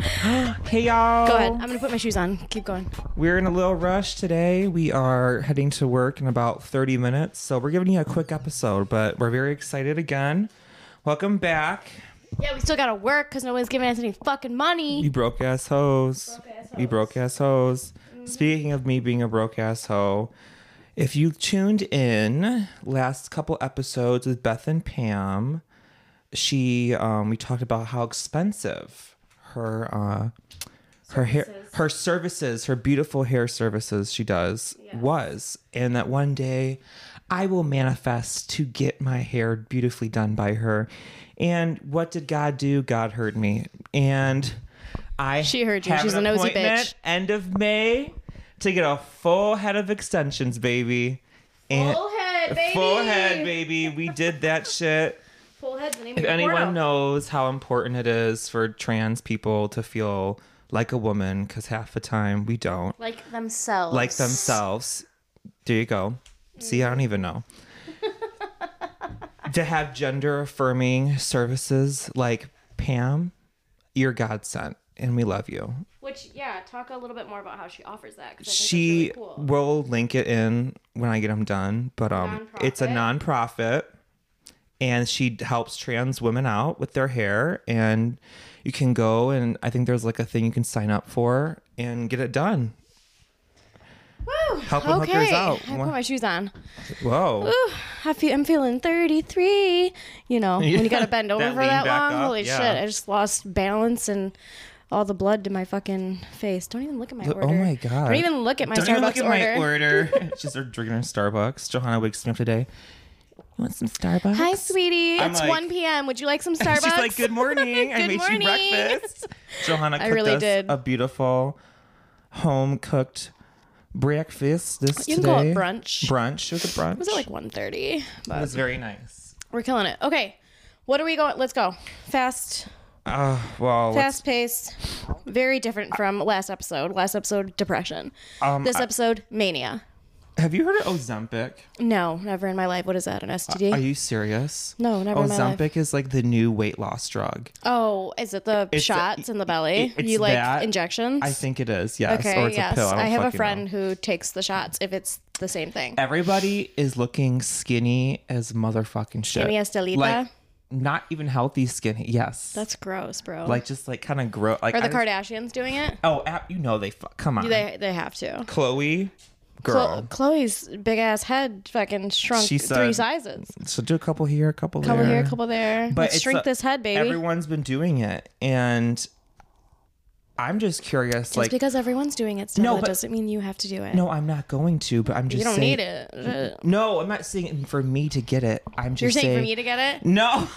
hey y'all. Go ahead. I'm gonna put my shoes on. Keep going. We're in a little rush today. We are heading to work in about 30 minutes, so we're giving you a quick episode, but we're very excited again. Welcome back. Yeah, we still gotta work because no one's giving us any fucking money. You broke ass hoes. You broke ass hoes. Mm-hmm. Speaking of me being a broke ass hoe, if you tuned in last couple episodes with Beth and Pam, she um, we talked about how expensive her uh, her hair her services, her beautiful hair services she does was, and that one day I will manifest to get my hair beautifully done by her. And what did God do? God heard me, and I She heard you. have She's an a nosy appointment bitch. End of May to get a full head of extensions, baby. And head, Full head, baby. We did that shit. Full head's the name If anyone knows how important it is for trans people to feel like a woman, because half the time we don't Like themselves. like themselves. There you go. See, I don't even know. to have gender affirming services like Pam, you're God sent, and we love you. Which, yeah, talk a little bit more about how she offers that. 'cause I think that's She really cool. will link it in when I get them done, but um, it's a nonprofit, and she helps trans women out with their hair. And you can go and I think there's like a thing you can sign up for and get it done. Woo! helping hookers okay. out. I Wha- put my shoes on. Whoa. Whew, I feel, I'm feeling 33. You know, when you gotta bend That over for lean that back long. up, Holy yeah. shit! I just lost balance and all the blood to my fucking face. Don't even look at my Look- order. oh my God. Don't even look at my Don't Starbucks even look at order. my order. She's drinking her Starbucks. Johanna wakes me up today. You want some Starbucks? Hi, sweetie. I'm it's like- 1 p.m. Would you like some Starbucks? She's like, "Good morning. I Good made morning." you breakfast." Johanna cooked really us did. a beautiful home cooked breakfast this You today. can call it brunch. Brunch. It was a brunch. Was it like 1.30? It But was very nice. we're killing it. Okay. What are we going? Let's go. Fast, Uh, well, let's- fast paced. Very different from last episode. Last episode, depression. um, this I- episode, mania. have you heard of Ozempic? No, never in my life. What is that? An STD? Are you serious? No, never in my life. Ozempic is like the new weight loss drug. oh, is it the It's- shots in the belly? it- it's you like that. injections? I think it is. Yes. Okay. or it's yes. a pill. I, don't I have a fucking know. friend who takes the shots. If it's the same thing. Everybody is looking skinny as motherfucking shit. Skinny as Delita? Like, not even healthy skinny. Yes. That's gross, bro. like just like kind of gross. Like Are the I just- Kardashians doing it? Oh, app, you know they fuck. Come on, They they have to. Chloe, Chlo- girl. Chloe's big ass head fucking shrunk She three said- sizes. so do a couple here, a couple, Couple there. here, couple there. But Let's it's shrink a- this head, baby. Everyone's been doing it, and I'm just curious. Just like, because everyone's doing it still, No, that but- doesn't mean you have to do it. no, I'm not going to. But I'm just you don't saying, need it. You're No, I'm not saying for me to get it. I'm just saying for me to Uh-huh. get it? No.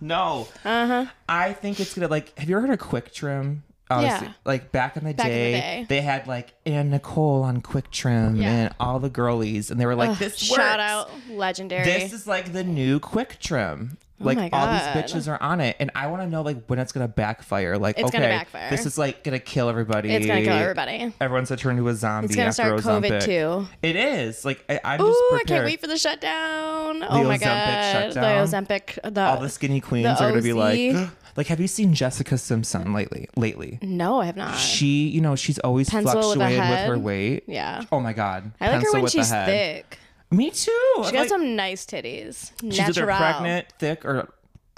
no. Uh huh. I think it's gonna like. Have you ever heard of Quick Trim? Obviously, Yeah. Like back in the in the day, day. they had like Ann Nicole on Quick Trim Yeah. and all the girlies, and they were like, "This Shout works. out, legendary. This is like the new Quick Trim." Like Oh my all these God. bitches are on it, and I want to know like when it's gonna backfire. Like It's okay, gonna backfire. this is like gonna kill everybody. it's gonna kill everybody. Everyone's gonna turn into a zombie. It's gonna after start COVID Ozempic. too. It is like I, I'm just Ooh, I prepared. can't wait for the shutdown. oh my Ozempic god, the shutdown. Ozempic. The, all the skinny queens the are gonna be OC. like, like, have you seen Jessica Simpson lately? Lately, no, I have not. she, you know, she's always Pencil with a fluctuated with, her head. weight. yeah, Oh my god, I like her Pencil when with the she's head. thick. Me too. She got some nice titties. She's either Natural. pregnant, thick, or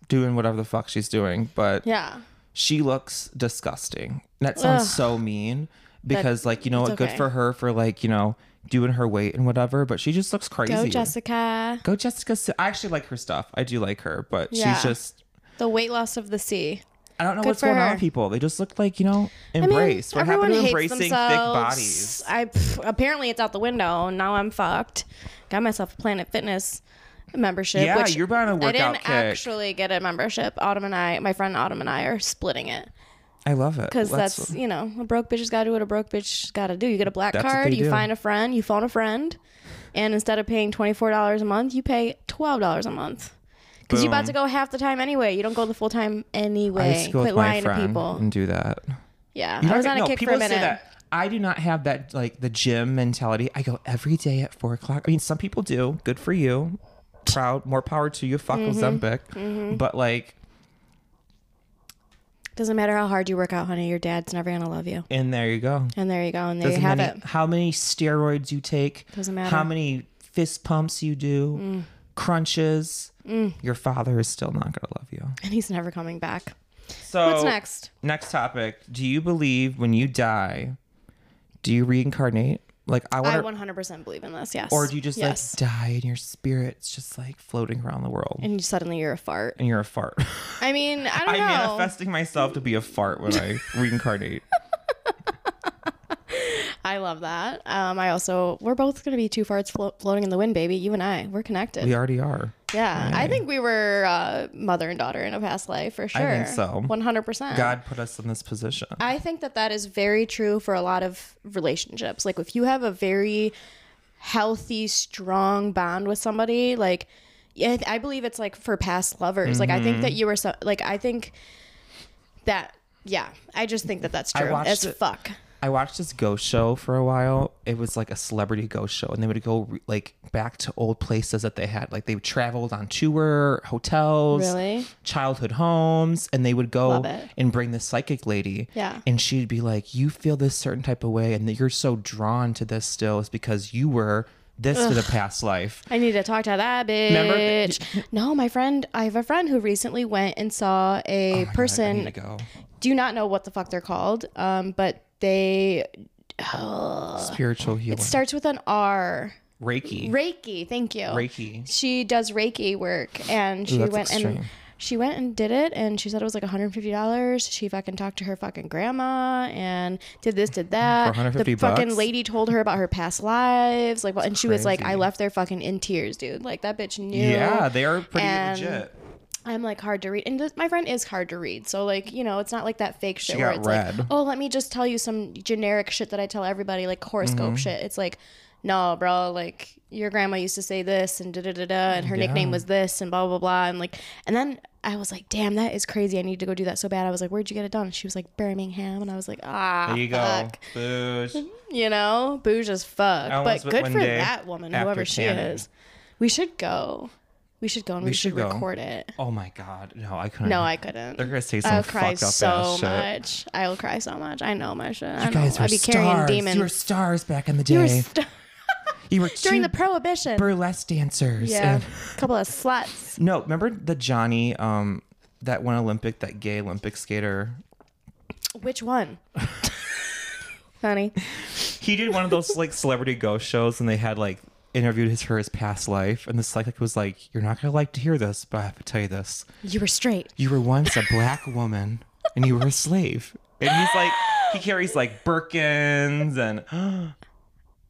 doing whatever the fuck she's doing, but Yeah. she looks disgusting. And That sounds Ugh. so mean because, like, you know, it's what? good okay. for her for like, you know, doing her weight and whatever, but she just looks crazy. Go, Jessica. Go Jessica. Sim- I actually like her stuff. I do like her, but Yeah. she's just The weight loss of the sea. I don't know what's for going on her. with people. They just look like, you know, I mean, embrace. what everyone happened to hates embracing thick themselves. bodies? I pff, apparently it's out the window. and Now I'm fucked. Got myself a Planet Fitness membership. Yeah, which you're buying a I didn't workout kick. actually get a membership. Autumn and I, my friend Autumn and I, are splitting it I love it. because that's you know a broke bitch has got to do what a broke bitch has got to do. You get a black That's what card. they You do. find a friend. You phone a friend, and instead of paying twenty four dollars a month, you pay twelve dollars a month. Because you're about Boom. to go half the time anyway. You don't go the full time I anyway. used to go Quit with my lying to friend people. and do that. Yeah, You I know, was on no, a kick for people a say minute. that. I do not have that like the gym mentality. I go every day at four o'clock. I mean, some people do. Good for you. Mm-hmm. Proud. More power to you. Fuck Ozempic. But like, Doesn't matter how hard you work out, honey. Your dad's never gonna love you. And there you go. And there you go. And there Doesn't you have many- it. How many steroids you take? Doesn't matter. Mm. How many fist pumps you do? Crunches. Your father is still not gonna love you. And he's never coming back. So What's next? Next topic. Do you believe when you die, do you reincarnate? Like I I want, 100% believe in this. Yes. or do you just yes? like die and your spirit's just like floating around the world and you suddenly you're a fart. and you're a fart? I mean, I don't I'm know. manifesting myself to be a fart when I reincarnate. I love that. Um, I also we're both gonna be two farts flo- floating in the wind, baby. You and I, we're connected. We already are. Yeah, I think we were uh, mother and daughter in a past life for sure. think so. One hundred percent. God put us in this position. I think that that is very true for a lot of relationships. Like if you have a very healthy, strong bond with somebody, like yeah, I believe it's like for past lovers. Like I think Mm-hmm. that you were so like I think that yeah, I just think that that's I true watched as it- fuck. I watched this ghost show for a while. It was like a celebrity ghost show, and they would go re- like back to old places that they had. Like they traveled on tour, hotels, Really? childhood homes, and they would go Love it. and bring this psychic lady. Yeah. and she'd be like, "You feel this certain type of way, and that you're so drawn to this still is because you were this to the past life." I need to talk to that bitch. Remember no, my friend, I have a friend who recently went and saw a Oh God, I person need to go. do not know what the fuck they're called, um, but they spiritual healer, starts with an R. Reiki, Reiki, thank you. Reiki. She does Reiki work, and she that's went and extreme. she went and did it, and she said it was like 150 dollars. She fucking talked to her fucking grandma and did this, did that. For 150 the fucking bucks? lady told her about her past lives, like, well, and she was like, crazy. "I left there fucking in tears, dude. Like that bitch knew." Yeah, they are pretty And legit. I'm like hard to read, and this, my friend is hard to read. So like, you know, it's not like that fake shit where got it's read. like, oh, let me just tell you some generic shit that I tell everybody, like horoscope Mm-hmm. shit. It's like, no, bro, like your grandma used to say this, and da da da da, and her nickname was this, and blah blah blah, and like, and then I was like, damn, that is crazy. I need to go do that so bad. I was like, where'd you get it done? She was like, Birmingham, and I was like, ah, There you go. fuck. Boosh. You know, bouge as fuck. I almost But went good one for day that woman, after whoever she tanning. is. We should go. We should go and we, should should go. record it. Oh my god. No, I couldn't. No, I couldn't. They're gonna say some I'll cry fucked up so ass shit. much. I will cry so much. I know my shit. I You know. guys were I'd be carrying stars. demons. You were stars back in the You were day. st- You were during two the prohibition. burlesque dancers. yeah, And- a couple of sluts. no, remember the Johnny, um, that one Olympic, that gay Olympic skater. Which one? Honey, He did one of those like celebrity ghost shows, and they had like interviewed his for his past life, and the psychic was like, "You're not gonna like to hear this, but I have to tell you this. you were straight. You were once a black woman, and you were a slave." And he's like, he carries like Birkins and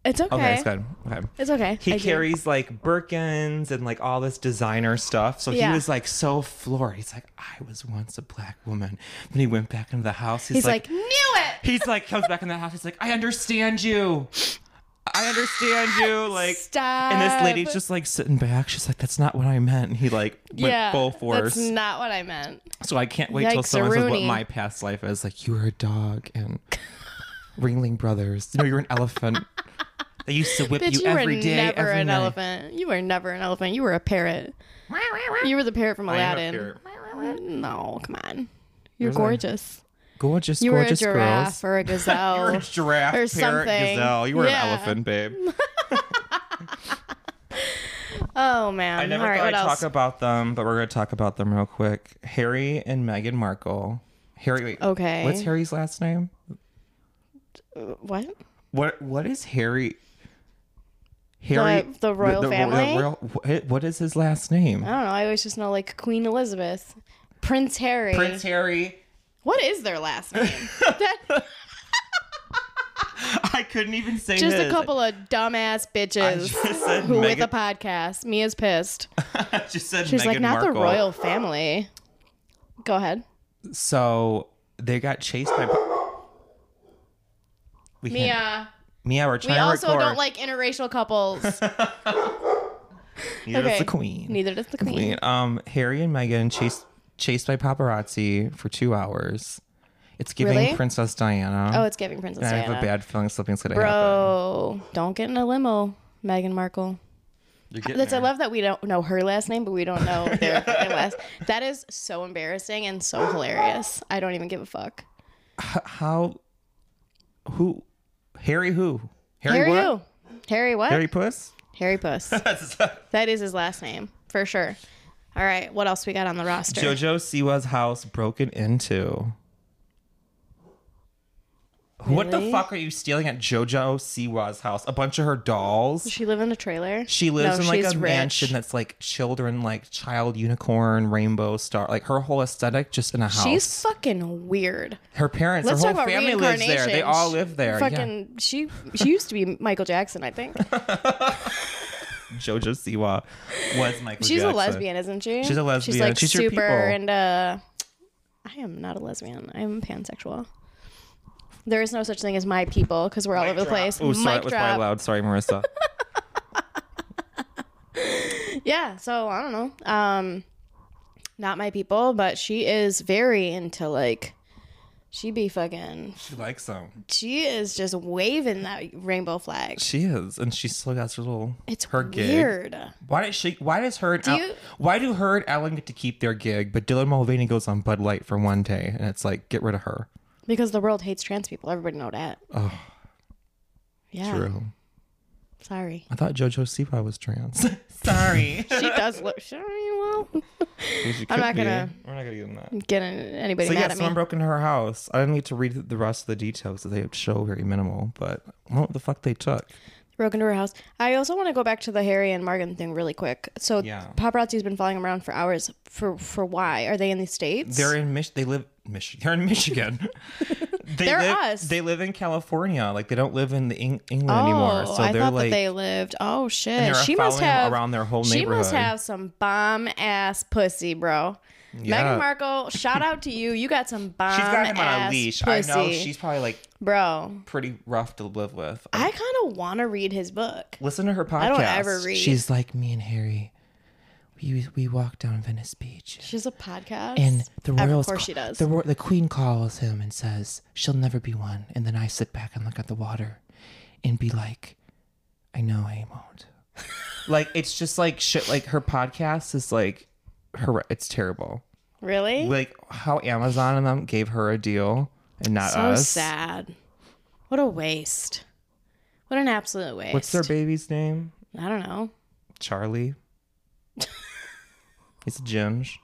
It's okay. okay, it's good. Okay. It's okay. He I do. carries like Birkins and like all this designer stuff. So Yeah. he was like so floored. He's like, I was once a black woman. Then he went back into the house. He's, He's like, knew it. he's like, comes back in the house. He's like, I understand you. I understand you. Like, Stop. and this lady's just like sitting back. She's like, that's not what I meant. And he like went full force. That's not what I meant. so I can't wait till Yikes, someone says what Rooney. my past life is. Like, you were a dog and Ringling Brothers. No, you were an elephant. They used to whip Bitch, you, you, every were day, never every an night. elephant. You were never an elephant. You were a parrot. You were the parrot from am a Aladdin. No, come on. You're Was I? gorgeous. Gorgeous, You were a gorgeous giraffe girls. or a gazelle. You were a giraffe, or parrot, something. gazelle. You were Yeah. an elephant, babe. Oh man! I never All right, thought what I'd else? talk about them, but we're going to talk about them real quick. Harry and Meghan Markle. Harry, wait. Okay. Uh, What's Harry's last name? what? What What is Harry? The- the royal family? Oh. royal- what- what is his last name? I don't know. I always just know like Queen Elizabeth, Prince Harry. Prince Harry. What is their last name? I couldn't even say just a his. couple of dumbass I bitches just said who with Meghan- a podcast. Mia's pissed. I just said She's like, Meghan not the Markle. royal family. Go ahead. So they got chased by. We can't- Mia. Mia, we're trying We to also record. don't like interracial couples. Neither does okay. the queen. Neither does the queen. Queen. Um, Harry and Meghan chased chased by paparazzi for two hours. It's giving Really? Princess Diana. Oh, it's giving Princess I Diana. have a bad feeling something's gonna happen. Bro, don't get in a limo, Meghan Markle. You're getting That's, I there. love that we don't know her last name, but we don't know their fucking last. That is so embarrassing and so hilarious. I don't even give a fuck. How? Who? Harry who? Harry, Harry what? who? Harry what? Harry Harry, Puss? Puss. That's- that is his last name for sure. All right, what else we got on the roster? JoJo Siwa's house broken into. What the Really? fuck are you stealing at JoJo Siwa's house? A bunch of her dolls? Does she live in a trailer? She lives No, in like she's a rich. mansion that's like children, like child unicorn, rainbow star, like her whole aesthetic just in a house. She's fucking weird. her parents, her Let's whole talk about family lives reincarnation. there. They all live there. Fucking, she she used to be Michael Jackson, I think. Yeah. JoJo Siwa was Michael She's a Jackson. lesbian, isn't she? She's a lesbian. She's like She's your super people. and uh I am not a lesbian. I am pansexual. There is no such thing as my people because we're all over the place. Oh, sorry, Mic it was quite drop. loud. Sorry, Marissa. Yeah, so I don't know. Um not my people, but she is very into like she be fucking she likes them. she is just waving that rainbow flag. She is, and she still got her little. It's her gig. weird. Why does she? Why does her? And Al- you- why do her and Alan get to keep their gig, but Dylan Mulvaney goes on Bud Light for one day, and it's like get rid of her. Because the world hates trans people. Everybody know that. Oh. Yeah. True. Sorry. I thought JoJo Siwa was trans. Sorry. She does look. She, I mean, well, I'm not gonna- We're not gonna get in that. get anybody So mad yeah, at me. someone broke into her house. I didn't need to read the rest of the details that they show very minimal, but I don't know what the fuck they took. broke into her house. I also want to go back to the Harry and Margan thing really quick. So Yeah. paparazzi's been following them around for hours. For for why are they in the states? They're in Mich. They live Michigan. They're in Michigan. they They're live, us. They live in California. Like they don't live in the Eng- oh, England anymore. So I they're thought like that they lived. Oh shit! they're she must following 'em have around their whole She neighborhood. must have some bomb ass pussy, bro. Yeah. Meghan Markle, shout out to you. You got some bomb. She's got him on a ass leash. Pussy. I know she's probably like bro. pretty rough to live with. Um, I kind of want to read his book. Listen to her podcast. don't ever read. She's like me and Harry. We we walked down Venice Beach. She has a podcast. And the Of royals, course ca- she does. The, ro- the queen calls him and says she'll never be one. And then I sit back and look at the water, and be like, I know I won't. like it's just like shit. Like her podcast is like, her. It's terrible. really? Like how Amazon and them gave her a deal and not So us. sad. What a waste. What an absolute waste. What's their baby's name? I don't know. Charlie. it's Jim's.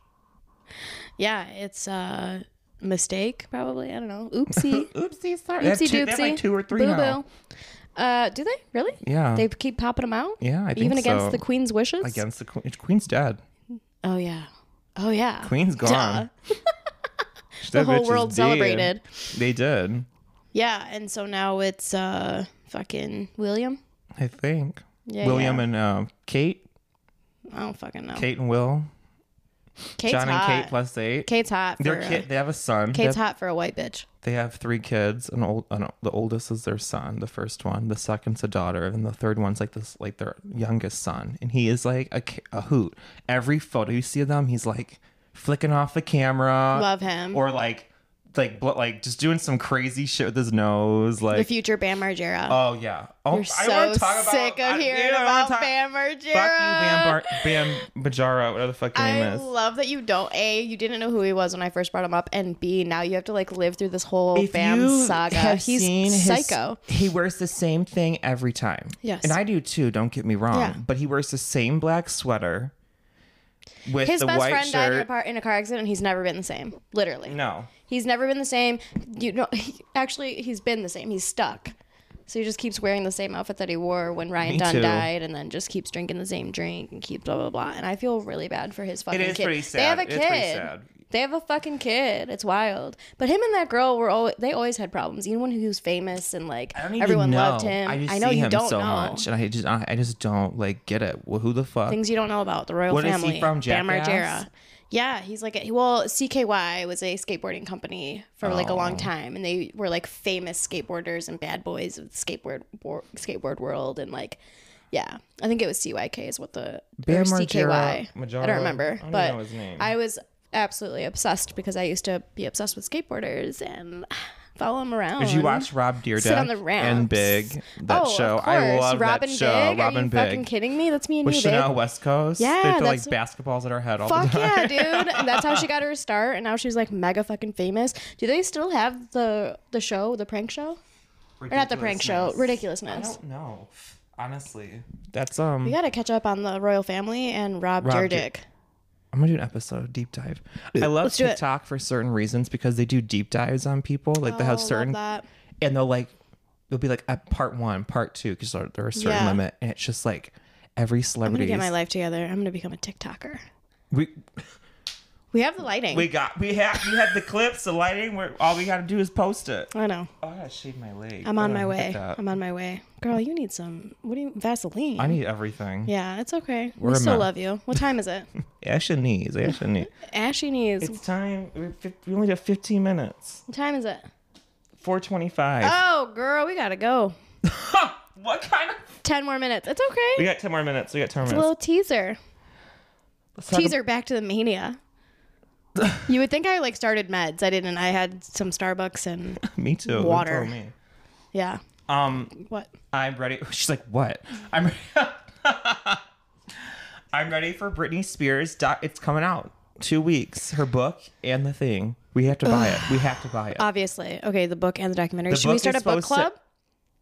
Yeah, it's a mistake probably. I don't know. Oopsie. Oopsie, sorry. They have Oopsie two- doopsie. they have like two or three Boo now. boo. Uh, do they really? Yeah. They keep popping them out. yeah, I think Even against so. the queen's wishes. Against the queen. Queen's dead. Oh yeah. Oh yeah. Queen's gone. The whole world celebrated. They did, Yeah, and so now it's uh fucking William. I think. Yeah, William yeah. and uh, Kate, I don't fucking know. Kate and Will, Kate's John hot. and Kate plus eight. Kate's hot. For, Their uh, kid. They have a son. They Kate's have, hot for a white bitch. they have three kids. An old, an, the oldest is their son. The first one. The second's a daughter, and the third one's like this, like their youngest son. And he is like a, ki- a hoot. Every photo you see of them, he's like flicking off the camera. Love him. Or like, like, blo- like just doing some crazy shit with his nose. Like the future Bam Margera. Oh yeah. Oh, You're I wanna so talk about, sick I- of hearing yeah, I wanna about talk- Bam Margera. Fuck you, Bam, Bar- Bam Bajara, whatever the fuck your name I is. love that you don't a you didn't know who he was when I first brought him up, and b now you have to like live through this whole Bam saga. have He's seen his- psycho. he wears the same thing every time. Yes. and I do too. Don't get me wrong. Yeah. But he wears the same black sweater with His the best white friend shirt. died in a, par- in a car accident, and he's never been the same. Literally, no, he's never been the same. You know, he, actually, he's been the same. He's stuck. So he just keeps wearing the same outfit that he wore when Ryan Me Dunn too. died, and then just keeps drinking the same drink and keeps blah blah blah. And I feel really bad for his fucking is kid. pretty sad. They have a It's kid. pretty sad. They have a fucking kid. It's wild. But him and that girl were always, they always had problems. Even when he was famous and like I don't even everyone know. loved him. I, just know see you him don't so know much, and I just, I, I just don't like get it. Well, who the fuck? things you don't know about the royal What is he family. from, Bam Jackass? Margera. Yeah, he's like a, well, CKY was a skateboarding company for like a long Oh. time, and they were like famous skateboarders and bad boys of the skateboard wor- skateboard world, and like, yeah, I think it was CYK is what the Bam or Margera, CKY. I Majara- don't remember, I don't but know his name. I was absolutely obsessed because I used to be obsessed with skateboarders and follow him around. Did you watch Rob Sit on Deerdeck the ramps. and Big? That oh, show. Of course. I love Robin that show. Big? Are Robin you fucking Big. kidding me? That's me and With you, Chanel babe. West Coast. Yeah, They throw like that's- basketballs at her head all the Fuck time. yeah, dude. And that's how she got her start, and now she's like mega fucking famous. Do they still have the the show, the prank show? Or not the prank show, I ridiculousness. don't know. Honestly. That's um We gotta catch up on the royal family and Rob, Rob Dyrdek. Dyrdek. I'm gonna do an episode deep dive. I love Let's do it. TikTok for certain reasons because they do deep dives on people. Like they Oh, have love certain, that. and they'll like they'll be like at part one, part two because there there's a certain Yeah. limit, and it's just like every I'm gonna celebrity. get my life together. I'm gonna become a TikToker. We We have the lighting. we got we have we have the clips, the lighting. Where all we gotta do is post it. I know. Oh, I gotta shave my leg. I'm I on don't my look way. at that. I'm on my way. Girl, you need some. What do you Vaseline? I need everything. yeah, it's okay. We're a we still mess. love you. What time is it? Asha needs. Asha needs. Ashy needs. It's time. we're fif- We only have 15 minutes. What time is it? 425. Oh, girl, we gotta go. what kind of? Ten more minutes. It's We okay. got 10 more minutes. We got 10 more It's a minutes. little teaser. Let's talk Teaser back to the mania. you would think I like started meds. I didn't. I had some Starbucks and Me too. Don't Water. tell me. yeah. Um, What? I'm ready. She's like, what? I'm. I'm ready for Britney Spears. doc- It's coming out two weeks. Her book and the thing. We have to buy it. We have to buy it. Obviously. Okay, the book and the documentary. The Should we book start is a book supposed to- club?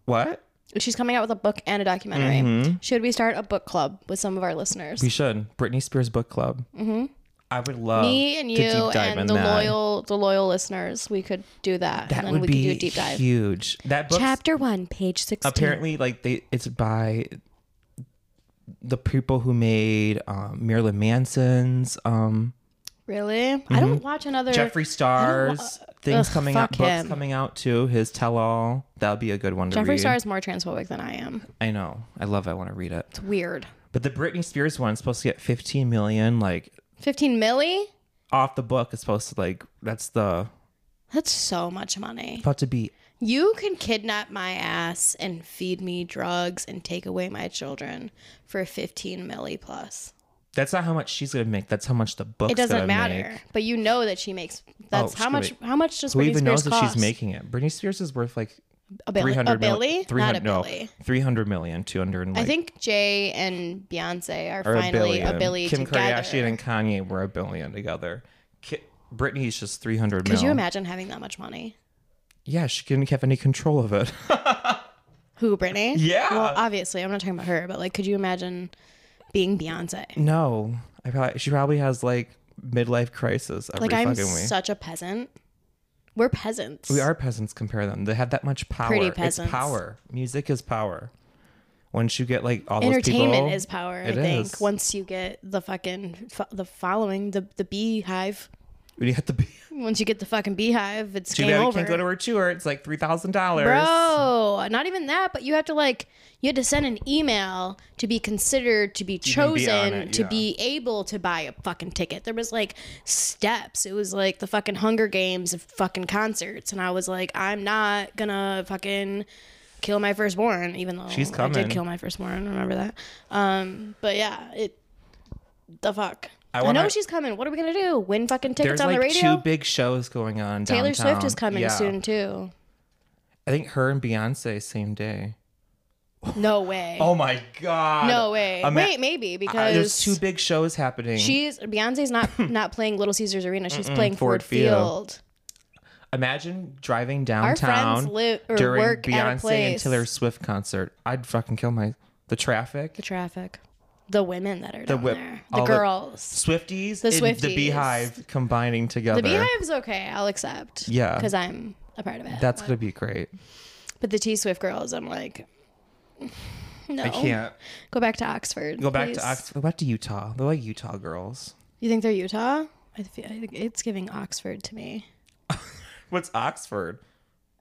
What? She's coming out with a book and a documentary. Should we start a book club with some of our listeners? Mm-hmm. We should. Britney Spears book club. Mm-hmm. I would love Me and to you deep dive in and the that. loyal the loyal listeners, we could do that. That and then would we be could do a deep dive. huge. That book Chapter one, page sixteen. apparently like they it's by the people who made um, Marilyn Manson's um, Really? Mm-hmm. I don't watch another Jeffree Star's things Ugh, coming out, fuck books him. coming out too. His tell all that would be a good one to Jeffree read. Star is more transphobic than I am. I know, I love. it. I want to read it. It's weird. But the Britney Spears one is supposed to get 15 million, like Fifteen milli? off the book. Is supposed to like that's the That's so much money. about to be. You can kidnap my ass and feed me drugs and take away my children for fifteen milli plus. That's not how much she's gonna make. That's how much the book's It doesn't gonna matter, make. but you know that she makes. That's Oh, how much. screw How much does Who Britney even Spears knows if cost? she's making it? Britney Spears is worth like a billi- 300 a billy, million, 300, not a no, billy. 300 million, 200 like, I think Jay and Beyonce are or finally a billion. billy Kim together. Kardashian and Kanye were a billion together. Ki- Britney's just 300 Could million. you imagine having that much money? Yeah, she couldn't have any control of it. Who, Britney? Yeah. Well, obviously, I'm not talking about her, but like, could you imagine being Beyonce? no, I probably she probably has like midlife crisis every Like, I'm fucking week. such a peasant. We're peasants. we are peasants. Compare them; they have that much power. Pretty It's peasants. power. Music is power. Once you get like all those Entertainment people, is power. I It think is. once you get the fucking fo- the following, the the beehive. you have to be. Once you get the fucking beehive, it's Too game bad we over. can't go to her tour. It's like three thousand dollars. Bro, not even that, but you have to like you had to send an email to be considered to be can be on chosen it, to yeah. be able to buy a fucking ticket. There was like steps. It was like the fucking Hunger Games of fucking concerts and I was like I'm not going to fucking kill my firstborn even though She's I coming. did kill my firstborn, remember that? Um but yeah, it the fuck. I I, know wanna- she's coming. What are we going to do? Win fucking There's tickets on like the radio? two big shows going on. Taylor Swift downtown. is coming Yeah. soon too. I think her and Beyonce same day. No way. Oh my god! No way. Ama- Wait, maybe Uh, there's because two big shows happening. she's Beyonce's not not playing Little Caesars Arena. She's playing Ford Ford, Field. Field. Imagine driving Our downtown friends live or during work Beyonce at a place. and Taylor Swift concert. I'd fucking kill my the traffic. the traffic, the women that are down whip- there, all the the- girls. Swifties, The and the Swifties. Beehive combining together. The, Beehive's okay. I'll accept. Yeah. because I'm a part of it. That's gonna be great. but the T Swift girls, I'm like, no. I can't go back to Oxford. go back Oh, please. to Oxford. Go back to Utah. They're like Utah girls. You think they're Utah? I feel I think it's giving Oxford to me. What's Oxford?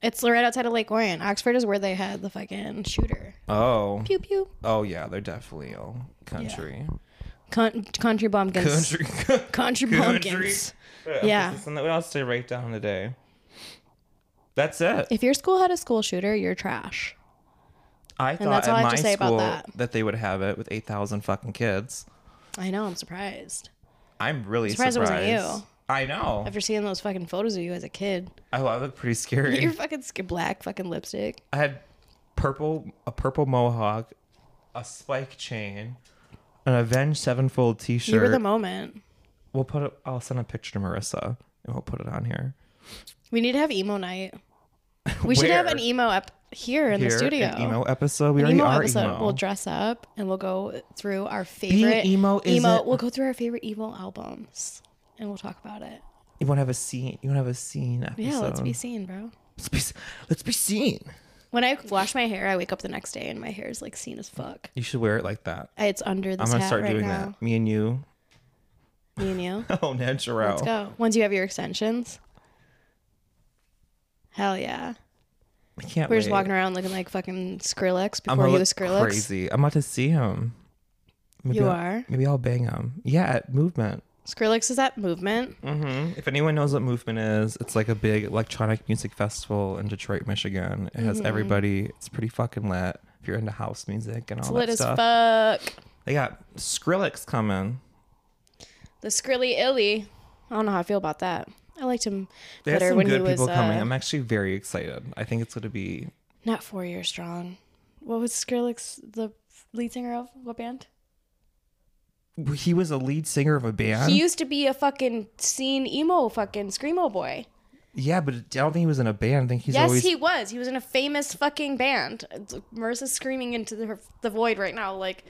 It's right outside of Lake Orion. Oxford is where they had the fucking shooter. Oh, Pew pew. oh yeah, they're definitely all country. Con- country bumpkins. Country. country Country. bumpkins. Yeah. Yeah. What else did I write down today? That's it. If your school had a school shooter, you're trash. I thought that's at all I have my to say about school that. that. they would have it with 8,000 fucking kids. I know. I'm surprised. I'm really Surprised, surprised. it wasn't you. I know. After seeing those fucking photos of you as a kid, I love it. Pretty scary. your fucking sk- black fucking lipstick. I had purple, a purple mohawk, a spike chain, an Avenged Sevenfold T-shirt. You were the moment. we'll put. It, I'll send a picture to Marissa and we'll put it on here. We need to have emo night. We should have Where? an emo up here in Here, the studio. An emo episode. We An already emo are episode. emo. We'll dress up and we'll go through our favorite emo isn't- We'll go through our favorite emo albums and we'll talk about it. you want to have a scene? You want to have a scene episode? Yeah, let's be seen, bro. Let's be. Let's be seen. When I wash my hair, I wake up the next day and my hair is like seen as fuck. You should wear it like that. It's under this I'm gonna hat start right doing now. that. Me and you. Me and you. Oh, natural. Let's go. Once you have your extensions. Hell yeah. I can't. We're just wait. walking around looking like fucking Skrillex I'm before gonna he look was Skrillex. crazy. I'm about to see him. Maybe You I'll- are? Maybe I'll bang him. Yeah, at movement. Skrillex is that movement. Mm-hmm. If anyone knows what Movement is, it's like a big electronic music festival in Detroit, Michigan. It Mm-hmm. has everybody. It's pretty fucking lit. If you're into house music and all It's lit that as stuff, fuck. they got Skrillex coming. The Skrilly Illy. I don't know how I feel about that. I liked him They have better some when good he was people coming. uh, I'm actually very excited. I think it's going to be not four years strong. What was Skrillex the lead singer of? What band? he was a lead singer of a band. He used to be a fucking scene emo fucking screamo boy. yeah, but I don't think he was in a band. I think he's yes, always. he was. He was in a famous fucking band. Marissa's screaming into the, the void right now, like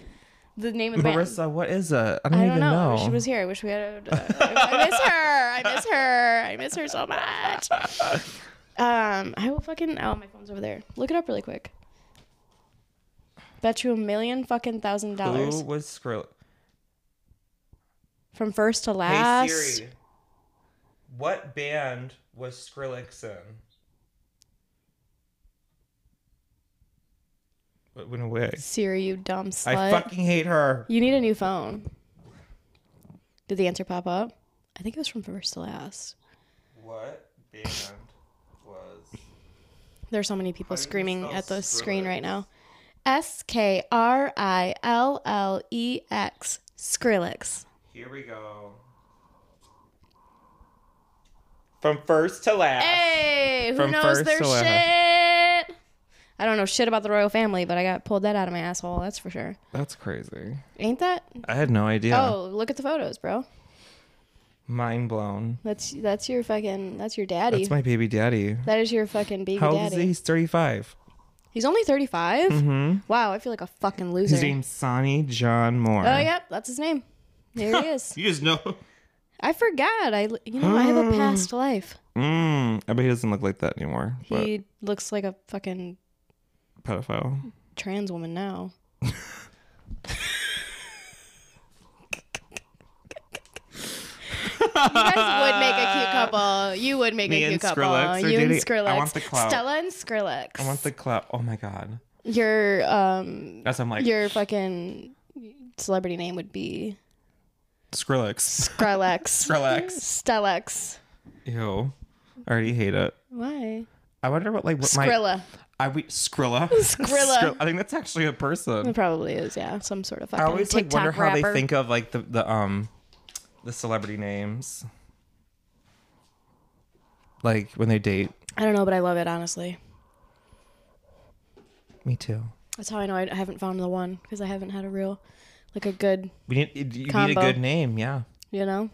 the name of the band. Marissa, what is it? I don't, I even don't know. know. She was here. I wish we had. Uh, I miss her. I miss her. I miss her so much. Um, I will fucking. Oh, my phone's over there. Look it up really quick. Bet you a million fucking thousand Who dollars was Skrillex? from first to Hey last. Siri, what band was Skrillex in? It went away. Siri, you dumb slut. I fucking hate her. you need a new phone. Did the answer pop up? I think it was from first to last. What band was? There are so many people do you screaming spell at the screen right Skrillex? now. S K R I L L E X. Skrillex. Here we go. From first to last. Hey, who From knows first their to shit? I don't know shit about the royal family, but I got pulled that out of my asshole. That's for sure. That's crazy. Ain't that? I had no idea. Oh, look at the photos, bro. Mind blown. That's that's your fucking that's your daddy. That's my baby daddy. that is your fucking baby How old is daddy. he? He's 35. He's only thirty Mhm. Wow, I feel like a fucking His loser. name's Sonny John Moore. Oh yep, that's his name. There he is. You just know. I forgot. I you know I have a past life. Mm, I bet he doesn't look like that anymore. But He looks like a fucking pedophile. trans woman now. you guys would make a cute couple. You would make Me a and cute couple. Skrillex are you and dating- Skrillex. I want the clout. Stella and Skrillex. I want the clap. Oh my god. your um That's I'm like your fucking celebrity name would be Skrillex. Skrillex. Skrillex. Stellex. Ew. I already hate it. Why? I wonder what like what my Skrilla. I we Skrilla. Skrilla. Skrill- I think that's actually a person. It probably is, yeah. Some sort of I fucking always like TikTok wonder how rapper. they think of like the, the um the celebrity names. Like when they date. I don't know, but I love it honestly. Me too. That's how I know I I haven't found the one because I haven't had a real, like a good, We need you need Combo. a good name, yeah. you know.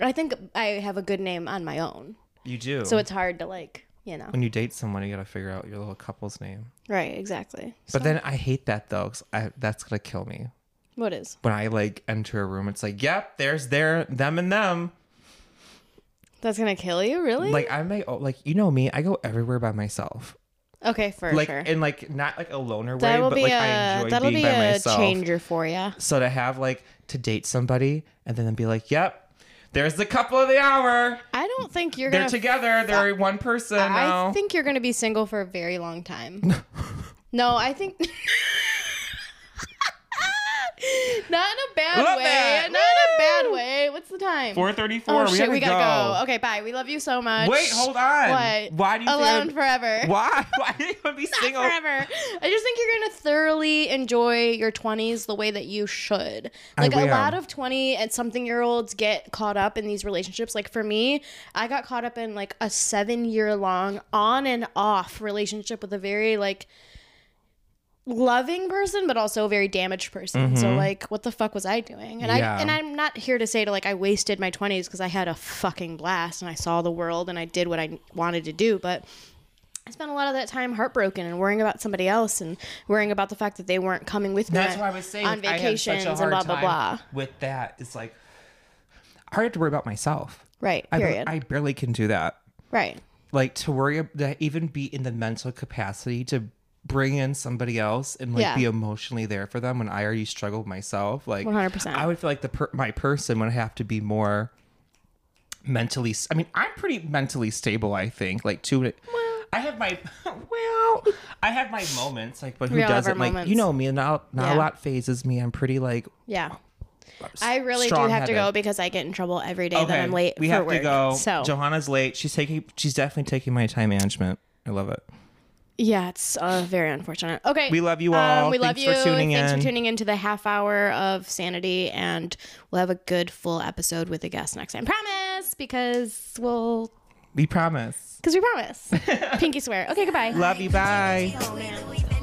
I think I have a good name on my own, You do. so it's hard to like, you know. when you date someone, you gotta figure out your little couple's name. Right? Exactly. But then I hate that though, 'cause I, that's gonna kill me. What is? When I like enter a room, it's like, yep, there's their them and them. That's gonna kill you, really? Like I may oh, like you know me, I go everywhere by myself. okay, for Like sure. and like not like a loner That way, will but be like I a enjoy that'll being be by a myself. changer for you. So to have like to date somebody and then be like, yep, there's the couple of the hour. I don't think you're They're gonna. together. They're one person now. I think you're gonna be single for a very long time. no, I think. Not in a bad Love way. that. Not in a bad way. What's the time? 434. Oh we shit, gotta we gotta go. go. Okay, bye. We love you so much. Wait, hold on. What? Why do you think I- alone forever? Why? Why do you want to be single? Forever. I just think you're gonna thoroughly enjoy your 20s the way that you should. I Like a will. lot of 20 and something year olds get caught up in these relationships. Like for me, I got caught up in like a seven year long on and off relationship with a very like loving person, but also a very damaged person. So like, what the fuck was I doing? And Mm-hmm. Yeah. I and I'm not here to say to like I wasted my 20s because I had a fucking blast and I saw the world and I did what I wanted to do, but. I spent a lot of that time heartbroken and worrying about somebody else and worrying about the fact that they weren't coming with me That's why I was saying I had on such vacations a and hard blah blah time blah. With that, it's like I have to worry about myself. Right. I, bar- Period. I barely can do that. right. Like to worry ab- to even be in the mental capacity to bring in somebody else and like Yeah. be emotionally there for them when I already struggle myself. Like 100%. I would feel like the per- my person would have to be more mentally. s- I mean, I'm pretty mentally stable. I think like to. I have my well, I have my moments like, but who We all have doesn't? Like our you moments. know me, not not a Yeah. lot phases me. I'm pretty like Yeah. I really do have strong-headed. to go because I get in trouble every day that I'm late We for have work. to go. So Johanna's late. She's taking. She's definitely taking my time management. I love it. yeah, it's uh, very unfortunate. Okay. We love you all. Um, we Thanks love you. for tuning Thanks in. for tuning into the half hour of sanity, and we'll have a good full episode with a guest next time. Promise, because we'll, We promise. because we promise. Pinky swear. Okay. Goodbye. Love you. Bye. Don't know who we been